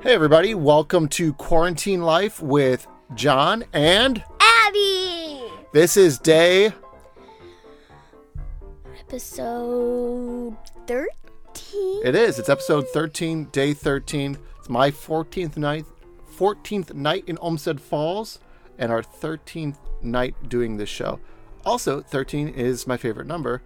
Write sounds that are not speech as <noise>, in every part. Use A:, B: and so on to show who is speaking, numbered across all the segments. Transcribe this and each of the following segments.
A: Hey, everybody, welcome to Quarantine Life with John and
B: Abby!
A: this is day
B: Episode 13?
A: it is it's episode 13 day 13 it's my 14th night 14th night in olmsted falls and our 13th night doing this show also 13 is my favorite number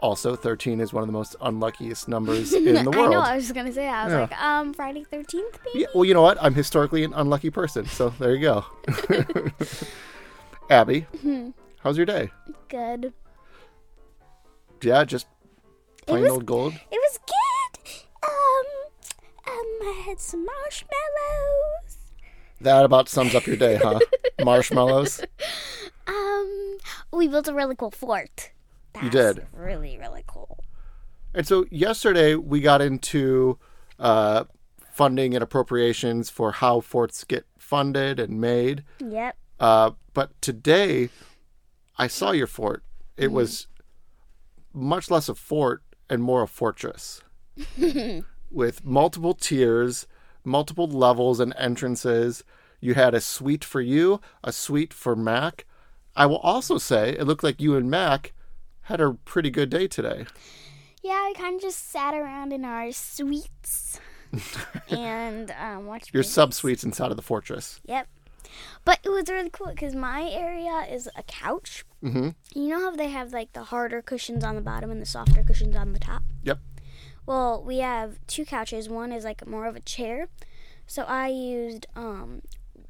A: also 13 is one of the most unluckiest
B: <laughs>
A: numbers in the
B: I
A: world
B: know, I was just gonna say that. I was
A: Yeah.
B: like, um, Friday 13th, maybe?
A: Yeah, well, you know what? I'm historically an unlucky person, so there you
B: <laughs>
A: go. <laughs> Abby,
B: Mm-hmm.
A: how's your day?
B: Good. It
A: Yeah, just plain
B: was-
A: old gold.
B: was good! Um, um, I had some marshmallows.
A: That about sums up your day, huh? Marshmallows.
B: Um, we built a really cool fort. That's
A: You did.
B: Really, really cool.
A: And so yesterday we got into uh, funding and appropriations for how forts get funded and made.
B: Yep.
A: Uh, but today, I saw your fort. It was much less a fort and more a fortress with multiple tiers, multiple levels and entrances. You had a suite for you, a suite for Mac. I will also say it looked like you and Mac had a pretty good day today.
B: Yeah, we kind of just sat around in our
A: <laughs>
B: suites and um, watched
A: Your
B: movies.
A: sub suites inside of the fortress.
B: Yep. But it was really cool because my area is a couch.
A: Mm-hmm.
B: You know how they have like the harder cushions on the bottom and the softer cushions on the top?
A: Yep.
B: Well, we have two couches. One is like more of a chair. So I used um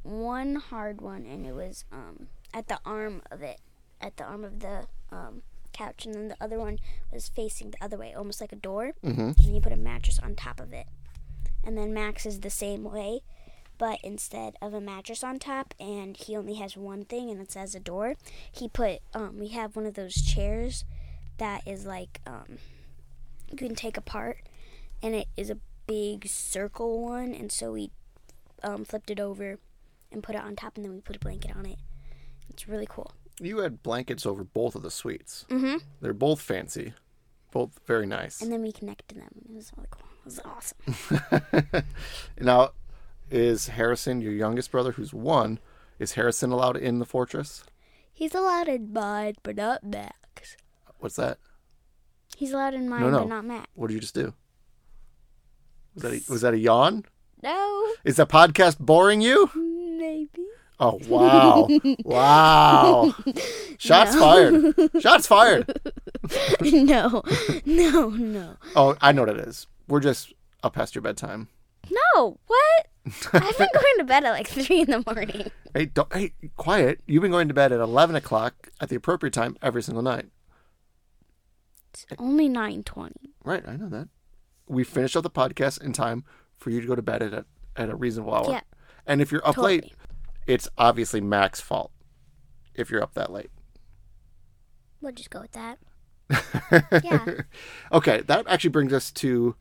B: one hard one and it was um at the arm of it, at the arm of the um couch and then the other one was facing the other way, almost like a door.
A: Mhm.
B: And you put a mattress on top of it. And then Max is the same way, but instead of a mattress on top and he only has one thing and it says a door, he put um we have one of those chairs that is like um you can take apart and it is a big circle one and so we um, flipped it over and put it on top and then we put a blanket on it it's really cool
A: You had blankets over both of the suites.
B: Mhm.
A: They're both fancy, both very nice.
B: and then we connected them it was really cool it was awesome
A: Now, is Harrison your youngest brother, who's one? Is Harrison allowed in the fortress?
B: he's allowed in mine but not max
A: What's that?
B: he's allowed in mine
A: no.
B: but not max
A: What did you just do? Was that a, was that a yawn?
B: no <laughs>
A: Is the podcast boring you?
B: maybe <laughs>
A: Oh wow, wow! Shots fired! Shots fired!
B: no <laughs> no no
A: Oh, I know what it is. We're just up past your bedtime.
B: no what i've been going to bed at like <laughs> three in the morning
A: Hey, don't, hey, quiet! You've been going to bed at eleven o'clock at the appropriate time every single night.
B: it's only 9.20
A: Right, I know that. We finished up the podcast in time for you to go to bed at a, at a reasonable hour.
B: Yeah.
A: And if you're up
B: Totally.
A: late, it's obviously Mac's fault if you're up that late.
B: we'll just go with that yeah
A: Okay, that actually brings us to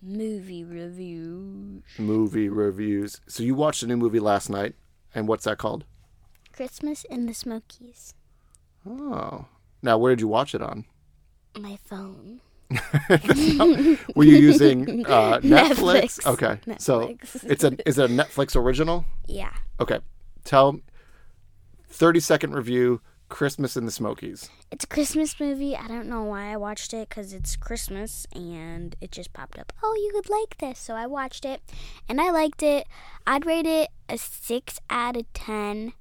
B: movie review
A: movie reviews. So you watched a new movie last night, and what's that called?
B: Christmas in the Smokies.
A: Oh. Now, where did you watch it on?
B: My phone.
A: Were you
B: <laughs>
A: using uh, Netflix?
B: Netflix.
A: Okay, so
B: Netflix.
A: it's a is it a Netflix original?
B: Yeah.
A: Okay, tell thirty second review. Christmas in the Smokies.
B: It's a Christmas movie. I don't know why I watched it because it's Christmas and it just popped up. Oh, you could like this. So I watched it and I liked it. I'd rate it a 6 out of 10.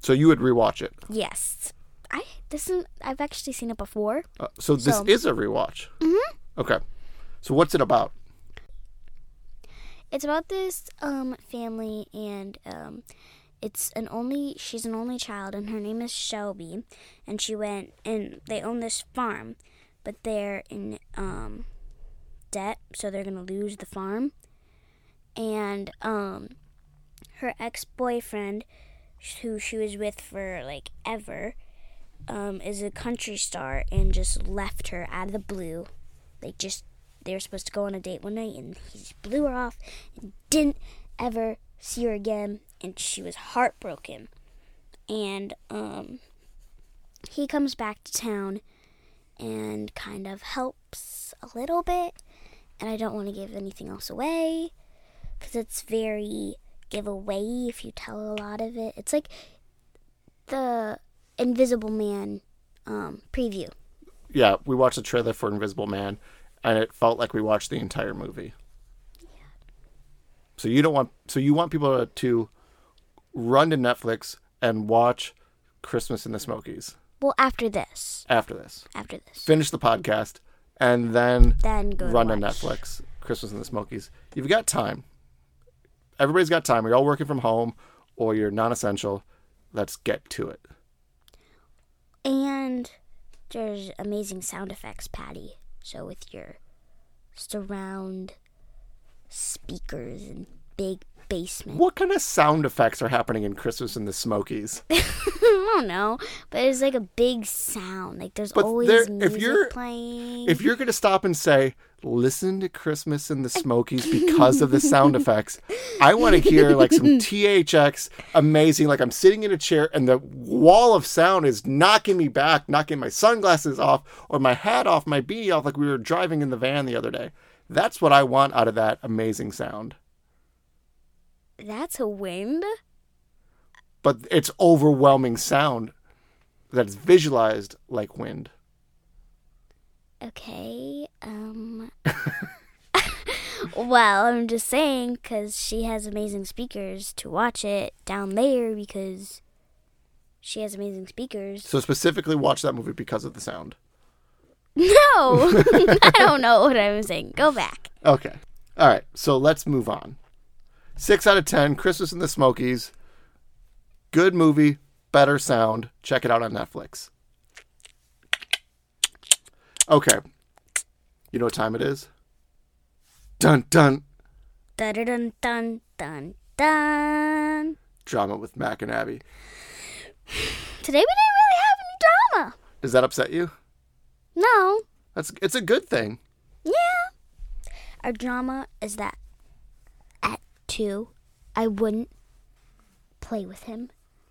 A: So you would rewatch it.
B: Yes. I this is I've actually seen it before.
A: Uh, so this
B: So-
A: is a rewatch. Mm-hmm. Okay. So what's it about?
B: It's about this um family and um it's an only she's an only child and her name is Shelby and she went and they own this farm but they're in um debt so they're going to lose the farm and um her ex-boyfriend who she was with for like ever um is a country star and just left her out of the blue like just they were supposed to go on a date one night and he just blew her off and didn't ever see her again and she was heartbroken and um he comes back to town and kind of helps a little bit and i don't want to give anything else away 'cause because it's very giveaway if you tell a lot of it. It's like the Invisible Man um, preview.
A: Yeah, we watched the trailer for Invisible Man, and it felt like we watched the entire movie. So you don't want so you want people to, to run to Netflix and watch Christmas in the Smokies
B: Well, after this,
A: after this.
B: after this,
A: Finish the podcast and then
B: then go
A: run
B: to
A: to
B: watch.
A: Netflix, Christmas in the Smokies. You've got time. Everybody's got time. You're all working from home or you're non essential. Let's get to it.
B: And there's amazing sound effects, Patty. So with your surround speakers and big basement. <laughs>
A: What kind of sound effects are happening in Christmas in the Smokies?
B: I don't know, but it's like a big sound. Like there's
A: But
B: always
A: there- if
B: music
A: you're-
B: playing.
A: If you're going to stop and say, listen to Christmas in the Smokies because of the sound effects, I want to hear like some THX amazing. Like I'm sitting in a chair and the wall of sound is knocking me back, knocking my sunglasses off or my hat off, my beanie off, like we were driving in the van the other day. That's what I want out of that amazing sound.
B: That's a wind.
A: But it's overwhelming sound that's visualized like wind.
B: Okay.
A: <laughs>
B: Um. <laughs> well, I'm just saying because she has amazing speakers to watch it down there because she has amazing speakers.
A: So specifically watch that movie because of the sound.
B: No, <laughs> I don't know what I'm saying. Go back.
A: Okay. All right. So let's move on. Six out of 10, Christmas in the Smokies. Good movie, better sound. Check it out on Netflix. Okay. You know what time it is? Dun dun.
B: Dun dun dun dun dun.
A: Drama with Mac and Abby.
B: Today we didn't really have any drama.
A: Does that upset you?
B: No.
A: That's it's a good thing.
B: Yeah. Our drama is that at two, I wouldn't play with him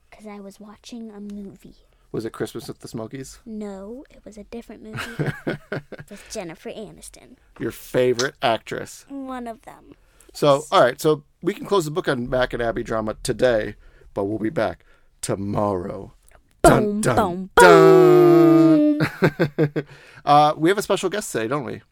B: because I was watching a movie.
A: Was it Christmas with the Smokies?
B: No, it was a different movie with Jennifer Aniston.
A: Your favorite actress.
B: One of them.
A: So, all right. So we can close the book on Mac and Abby drama today, but we'll be back tomorrow.
B: Boom, boom,
A: dun. uh, we have a special guest today, don't we?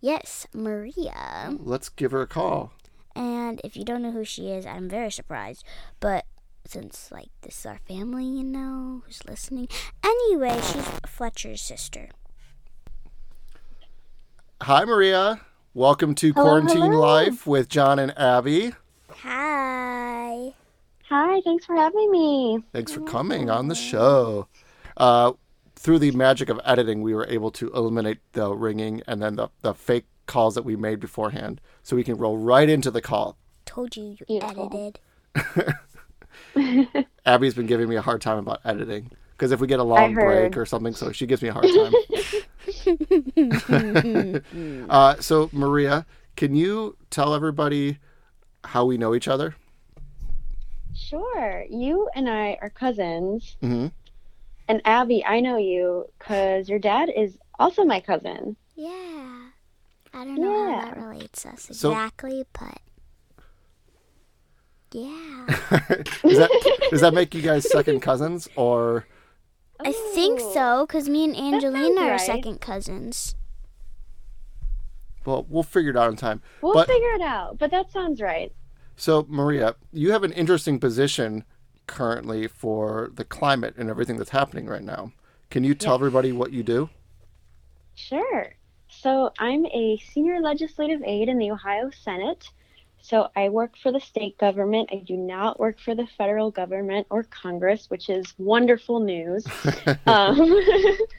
B: Yes, Maria.
A: Let's give her a call.
B: And if you don't know who she is, I'm very surprised. But since like this is our family, you know, who's listening. Anyway, she's Fletcher's sister.
A: Hi, Maria. Welcome to
C: Hello,
A: Quarantine
C: hello.
A: Life with John and Abby.
B: Hi.
C: Hi, thanks for having me.
A: Thanks for coming on the show. Uh, through the magic of editing, we were able to eliminate the ringing and then the, the fake calls that we made beforehand. So we can roll right into the call.
B: Told you you
C: Beautiful.
B: edited.
A: Abby's been giving me a hard time about editing because if we get a long break
C: heard.
A: or something, so she gives me a hard time.
C: <laughs>
A: uh, so Maria, can you tell everybody how we know each other?
C: Sure. You and I are cousins.
A: Mhm.
C: And Abby, I know you because your dad is also my cousin.
B: Yeah. I don't know how
C: Yeah.
B: that relates us
A: So-
B: exactly, but yeah.
A: Does that does that make you guys second cousins or
B: I think
C: Ooh.
B: so, because me and Angelina are
C: Oh. right.
B: second cousins.
A: well we'll figure it out in time.
C: We'll
A: But-
C: figure it out, but that sounds right.
A: So Maria, you have an interesting position currently for the climate and everything that's happening right now. Can you tell everybody what you do?
C: Sure. So I'm a senior legislative aide in the Ohio Senate. So I work for the state government. I do not work for the federal government or Congress, which is wonderful news. um,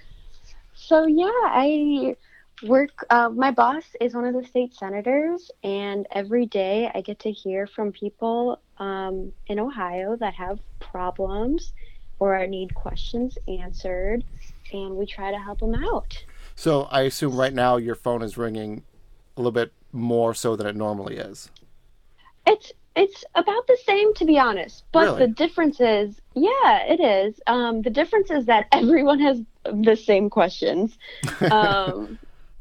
C: <laughs> so yeah, I work. Uh, my boss is one of the state senators, and every day I get to hear from people um, in Ohio that have problems or need questions answered, and we try to help them out.
A: So I assume right now your phone is ringing a little bit more so than it normally is.
C: It's it's about the same to be honest, but
A: Really?
C: the difference is, yeah, it is. <laughs> Um, the difference is that everyone has the same questions. Um,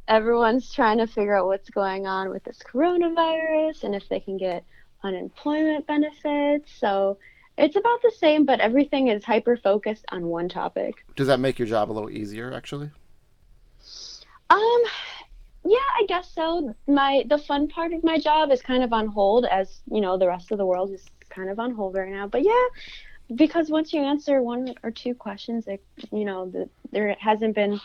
C: everyone's trying to figure out what's going on with this coronavirus and if they can get unemployment benefits. So it's about the same, but everything is hyper focused on one topic.
A: Does that make your job a little easier, actually?
C: Um, yeah, I guess so. My the fun part of my job is kind of on hold, as you know, the rest of the world is kind of on hold right now. But yeah, because once you answer one or two questions, it, you know, the, there hasn't been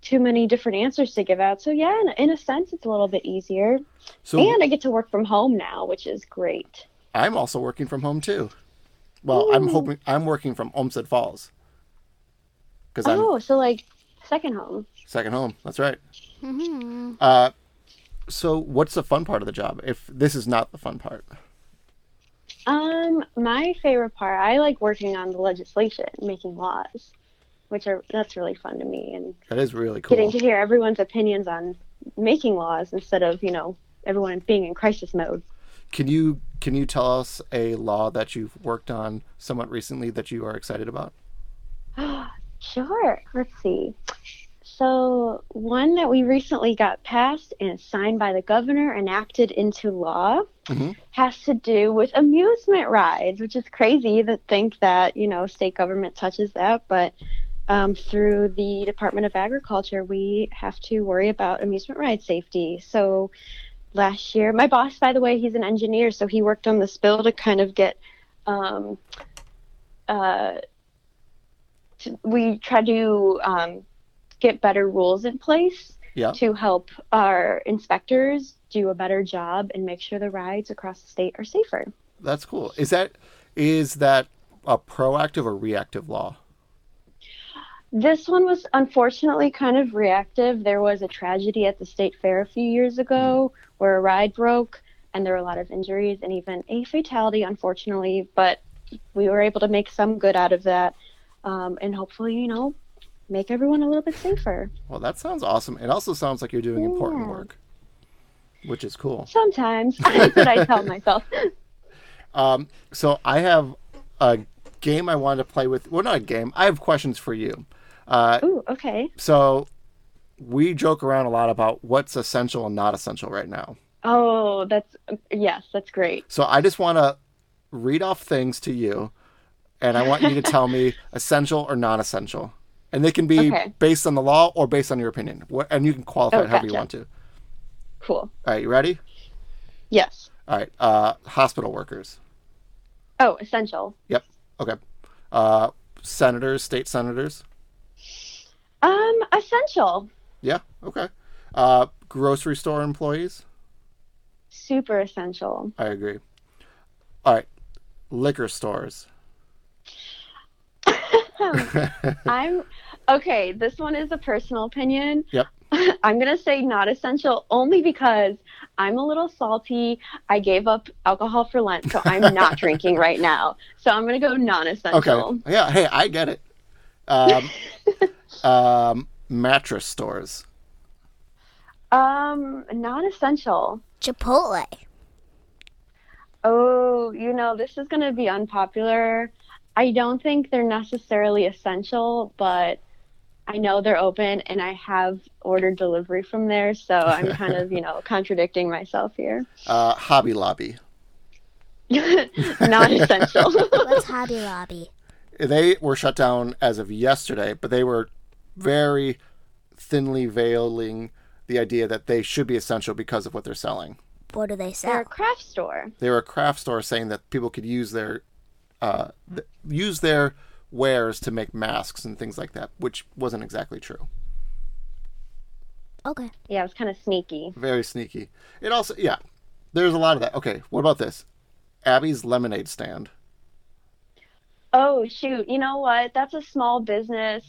C: too many different answers to give out. So yeah, in, in a sense, it's a little bit easier.
A: So
C: and I get to work from home now, which is great.
A: I'm also working from home too. Well, I'm hoping I'm working from Olmsted Falls because I'm
C: Oh, so like second home.
A: second home. That's right.
C: Mm-hmm.
B: hmm
A: Uh, so what's the fun part of the job? If this is not the fun part,
C: Um, my favorite part, I like working on the legislation, making laws, which are that's really fun to me, and
A: that is really cool.
C: getting to hear everyone's opinions on making laws instead of you know everyone being in crisis mode.
A: Can you can you tell us a law that you've worked on somewhat recently that you are excited about?
C: <gasps> Sure. Let's see. So, one that we recently got passed and signed by the governor, enacted into law,
A: Mhm.
C: has to do with amusement rides, which is crazy to think that, you know, state government touches that. But um, through the Department of Agriculture, we have to worry about amusement ride safety. So, last year, my boss, by the way, he's an engineer, so he worked on this bill to kind of get. Um, uh, to- we try to um, get better rules in place
A: Yeah.
C: to help our inspectors do a better job and make sure the rides across the state are safer.
A: That's cool. Is that is that a proactive or reactive law?
C: This one was unfortunately kind of reactive. There was a tragedy at the state fair a few years ago where a ride broke and there were a lot of injuries and even a fatality, unfortunately. But we were able to make some good out of that um, and hopefully, you know, make everyone a little bit safer.
A: Well, that sounds awesome. It also sounds like you're doing important
C: Yeah.
A: work, which is cool.
C: Sometimes. <laughs> That's what I tell myself.
A: Um, so I have a game I wanted to play with. Well, not a game. I have questions for you. Uh,
C: Ooh, okay.
A: so we joke around a lot about what's essential and not essential right now.
C: Oh, that's yes, that's great.
A: So I just want to read off things to you, and I want you to tell
C: <laughs>
A: me essential or non-essential, and they can be
C: Okay.
A: based on the law or based on your opinion. What, and you can qualify
C: Oh,
A: it however you
C: gotcha.
A: want to.
C: Cool.
A: All right, you ready?
C: Yes.
A: All right, uh, hospital workers.
C: Oh, essential.
A: Yep. Okay. Uh, senators, state senators.
C: Um, essential.
A: Yeah. Okay. Uh, grocery store employees.
C: Super essential.
A: I agree. All right. Liquor stores.
C: I'm okay. This one is a personal opinion. <laughs>
A: Yep.
C: I'm gonna say not essential only because I'm a little salty. I gave up alcohol for Lent, so I'm not drinking right now. So I'm gonna go
A: Okay.
C: non-essential.
A: Yeah. Hey, I get it.
C: <laughs>
A: Um, um, mattress stores.
C: Um, non-essential.
B: Chipotle.
C: Oh, you know, this is going to be unpopular. I don't think they're necessarily essential, but I know they're open and I have ordered delivery from there,
A: <laughs>
C: so I'm kind of, you know, contradicting myself here. <laughs>
A: Uh, Hobby Lobby.
C: Not
A: <laughs>
C: essential. <laughs>
B: What's Hobby Lobby?
A: They were shut down as of yesterday, but they were very thinly veiling the idea that they should be essential because of what they're selling.
B: What do they
C: They're a
B: sell?
C: craft store.
A: they were a craft store saying that people could use their uh, th- use their wares to make masks and things like that, which wasn't exactly true.
B: Okay.
C: Yeah, it was kind of sneaky.
A: Very sneaky. It also, yeah, there's a lot of that. Okay, what about this? Abby's lemonade stand.
C: Oh, shoot. You know what? That's a small business.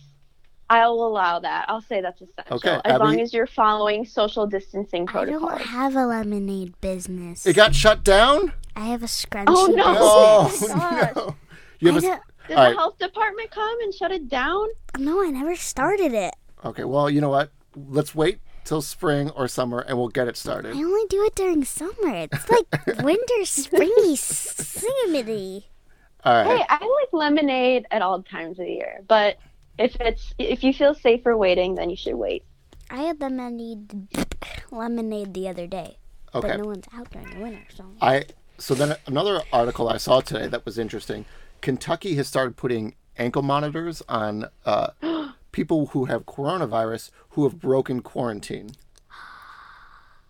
C: I'll allow that. I'll say that's essential.
A: Okay,
C: as
A: Abby-
C: long as you're following social distancing
B: I don't <laughs>
C: protocols.
B: have a lemonade business.
A: It got shut down.
B: I have a scrunchie
C: Oh, no.
B: business.
A: Oh <laughs>
C: gosh.
A: no! You
B: I
A: have a,
B: don't,
A: s-
C: Did
A: All
C: the
A: right.
C: health department come and shut it down?
B: no, I never started it.
A: okay. Well, you know what? Let's wait till spring or summer, and we'll get it
B: I
A: started.
B: only do it during summer.
A: <laughs>
B: It's like winter, springy, singity.
A: All right.
C: Hey, I like lemonade at all times of the year, but if it's if you feel safer waiting, then you should wait.
B: I had lemonade lemonade the other day,
A: Okay.
B: but no one's out during the winter, so
A: I so then another article I saw today that was interesting. Kentucky has started putting ankle monitors on uh, <gasps> people who have coronavirus who have broken quarantine,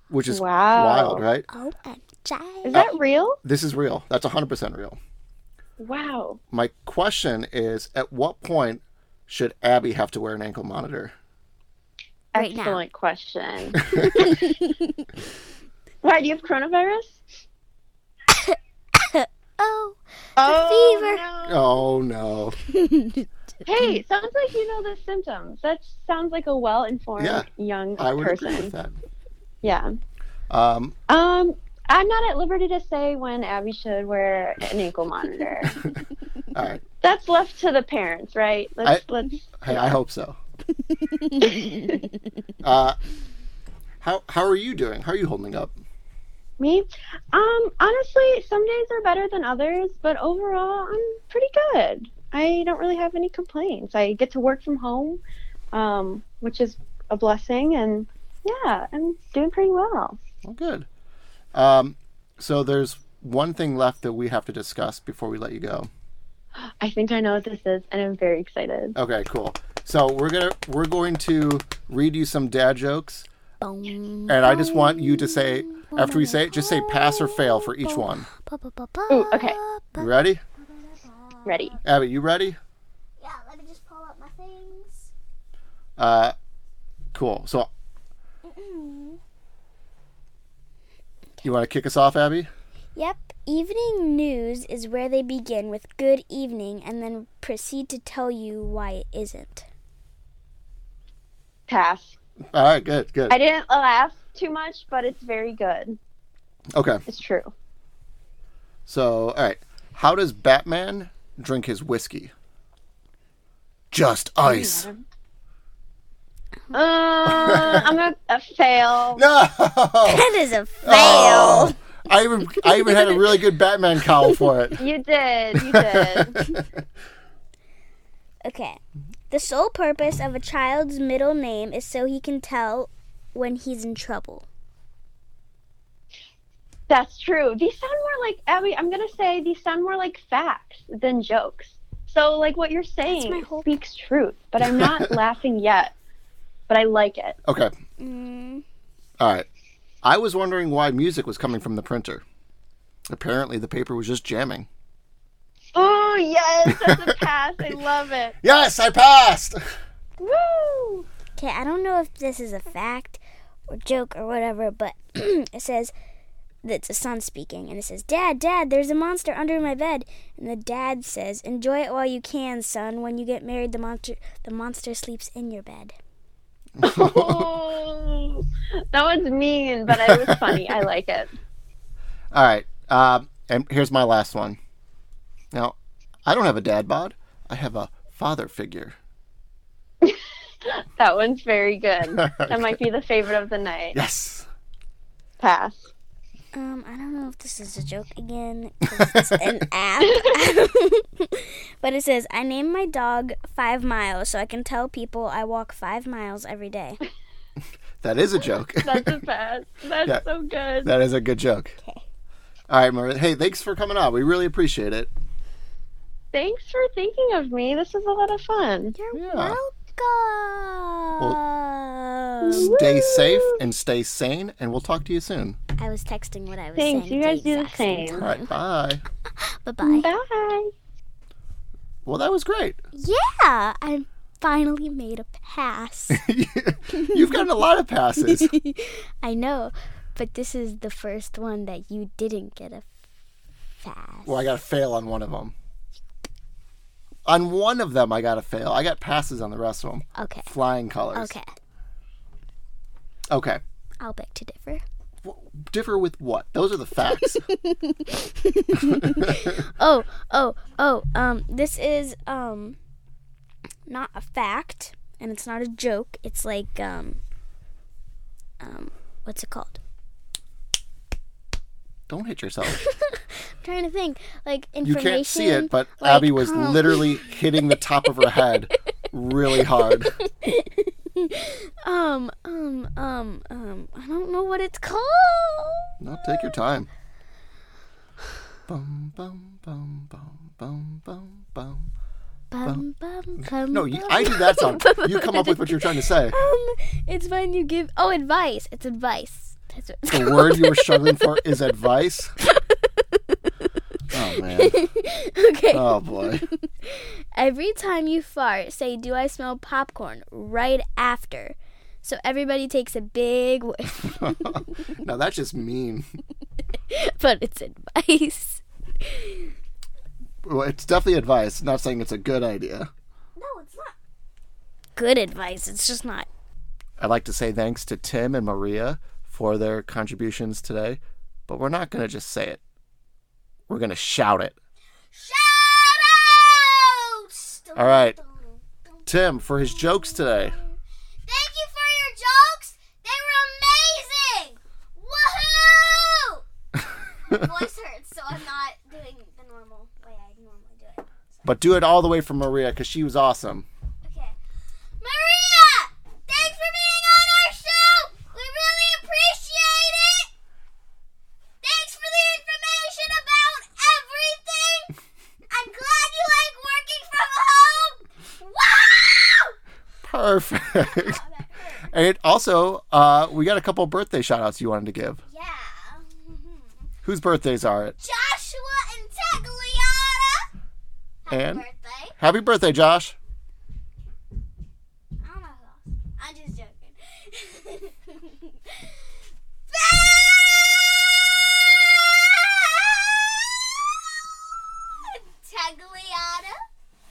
A: which is
C: Wow.
A: wild, right?
B: oh, I'm tired.
C: Is that real?
A: This is real. That's 100% real.
C: Wow.
A: My question is at what point should Abby have to wear an ankle monitor?
B: Right now. <laughs>
C: Excellent question. Why do you have coronavirus?
B: Oh,
C: Oh,
A: Oh no.
C: no. Hey, sounds like you know the symptoms. That sounds like a well-informed
A: Yeah,
C: young
A: I would
C: person.
A: agree with that.
C: Yeah.
A: Um,
C: Um, I'm not at liberty to say when Abby should wear an
A: <laughs>
C: ankle monitor.
A: all right.
C: That's left to the parents, right? Let's let's
A: Hey, I hope so. <laughs> uh, how how are you doing? How are you holding up?
C: me. Um, honestly, some days are better than others, but overall, I'm pretty good. I don't really have any complaints. I get to work from home, um, which is a blessing, and yeah, I'm doing pretty well.
A: Well, good. Um, so there's one thing left that we have to discuss before we let you go.
C: I think I know what this is, and I'm very excited.
A: Okay, cool. So we're gonna we're going to read you some dad jokes,
B: boom.
A: and I just want you to say after we say it, just say pass or fail for each one.
B: Ba, ba, ba, ba,
C: Ooh, okay.
A: You
B: ba.
A: ready,
C: Ready?
A: Abby? You ready?
B: Yeah, let me just pull up my things.
A: Uh, cool. So you want to kick us off, Abby?
B: Yep. Evening news is where they begin with good evening and then proceed to tell you why it isn't. <laughs>
C: Pass.
A: All right, good, good.
C: I didn't laugh too much, but it's very good.
A: Okay.
C: It's true.
A: So, all right. How does Batman drink his whiskey? Just ice.
C: Uh, I'm gonna uh,
A: <laughs>
C: fail.
A: No.
B: That is a fail.
A: Oh. I even I even had a really good Batman cowl for
C: <laughs>
A: it.
C: You did. You did.
B: Okay. The sole purpose of a child's middle name is so he can tell when he's in trouble.
C: That's true. These sound more like Abby. I'm gonna say these sound more like facts than jokes. So like what you're
B: my
C: saying
B: hope.
C: speaks truth, but I'm <laughs> not laughing yet. But I like it.
A: Okay.
B: Mm,
A: All right. I was wondering why music was coming from the printer. Apparently, the paper was just jamming.
C: Oh yes, that's <laughs> a pass. I love <laughs> it.
A: Yes, I passed. <laughs>
C: Woo!
B: Okay, I don't know if this is a fact or joke or whatever, but <clears throat> it says that's a son speaking, and it says, "Dad, Dad, there's a monster under my bed." And the dad says, "Enjoy it while you can, son. When you get married, the monster the monster sleeps in your bed."
C: Oh, that was mean, but it was funny. I like it.
A: All right. Um, and here's my last one. Now, I don't have a dad bod. I have a father figure.
C: That one's very good. That might be the favorite of the night.
A: Yes.
C: Pass.
B: Um, I don't know if this is a joke again 'cause
A: <laughs>
B: it's an app, <laughs> but it says, "I named my dog Five Miles so I can tell people I walk five miles every day."
C: <laughs>
A: That is a joke.
C: That's a pass. That's
A: Yeah.
C: so good.
A: that is a good joke.
B: Okay.
A: All right, Maria. Hey, thanks for coming on. We really appreciate it.
C: Thanks for thinking of me. This was a lot of fun.
B: You're
A: Yeah.
B: welcome.
A: Stay safe and stay sane, and we'll talk to you soon.
B: I was texting what I was
C: Thanks.
B: saying.
C: You
B: at
C: guys do the
B: exact same
C: same.
A: All right, bye.
B: Bye bye.
C: Bye.
A: Well, that was great. <laughs>
B: Yeah, I finally made a pass. <laughs>
A: You've gotten a lot of passes.
B: I know, but this is the first one that you didn't get a pass.
A: Well, I got to fail on one of them. On one of them, I got to fail. I got passes on the rest of them.
B: Okay.
A: Flying colors.
B: Okay.
A: Okay.
B: I'll beg to differ.
A: W- Differ with what? Those are the facts.
B: <laughs> Oh, oh, oh, um this is um not a fact and it's not a joke. It's like um um what's it called?
A: Don't hit yourself.
B: trying to think. Like
A: You
B: information.
A: can't see it, but
B: like,
A: Abby was
B: um, <laughs>
A: literally hitting the top of her head really hard.
B: um, um, um, um, I don't know what it's called.
A: No, take your time. Bum, bum, bum, bum, bum, bum, bum.
B: Bum, bum, bum,
A: No, you,
B: bum. <laughs>
A: I did that song. You come up with what you're trying to say.
B: Um, it's when you give. Oh, advice. It's advice. That's what it's
A: The word you were struggling for is advice. Oh, man.
B: okay.
A: Oh, boy. <laughs>
B: Every time you fart, say, Do I smell popcorn? right after. So everybody takes a big <laughs> whiff,
A: Now, that's just mean.
B: but it's advice.
A: Well, it's definitely advice. Not saying it's a good idea.
B: No, it's not. <laughs> Good advice. It's just not.
A: I'd like to say thanks to Tim and Maria for their contributions today, but we're not going to just say it. We're going to shout it.
D: Shout out!
A: All right. Tim for his jokes today.
D: Thank you for your jokes. They were amazing.
A: <laughs>
D: Woohoo! My voice hurts, so I'm not doing the normal way I normally do it.
B: <laughs>
A: But do it all the way for Maria because she was awesome.
D: Okay. Maria, thanks for being on our show. We really appreciate it. Thanks for the information about everything. I'm glad you like working from home. Wow! Oh,
A: Perfect. <laughs> and also, uh, we got a couple birthday shout outs you wanted to give.
D: Yeah. <laughs>
A: Whose birthdays are it?
D: Joshua and Tagliata.
A: And
D: Birthday.
A: happy birthday, Josh. <laughs>
D: I don't know who else. Oh I'm just joking. <laughs> Belle! Tagliata.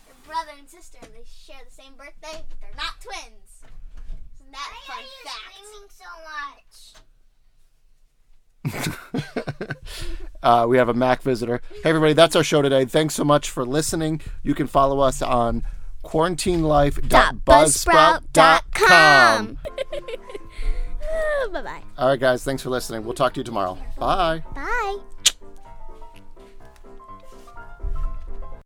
D: Your brother and sister, they share the same birthday, but they're not twins. Isn't that a fun fact? so much?
A: Uh, we have a Mac visitor. Hey, everybody, that's our show today. Thanks so much for listened. You can follow us on quarantinelife.buzzsprout.com.
B: bye bye.
A: All right, guys, thanks for listening. We'll talk to you tomorrow. Bye.
B: Bye.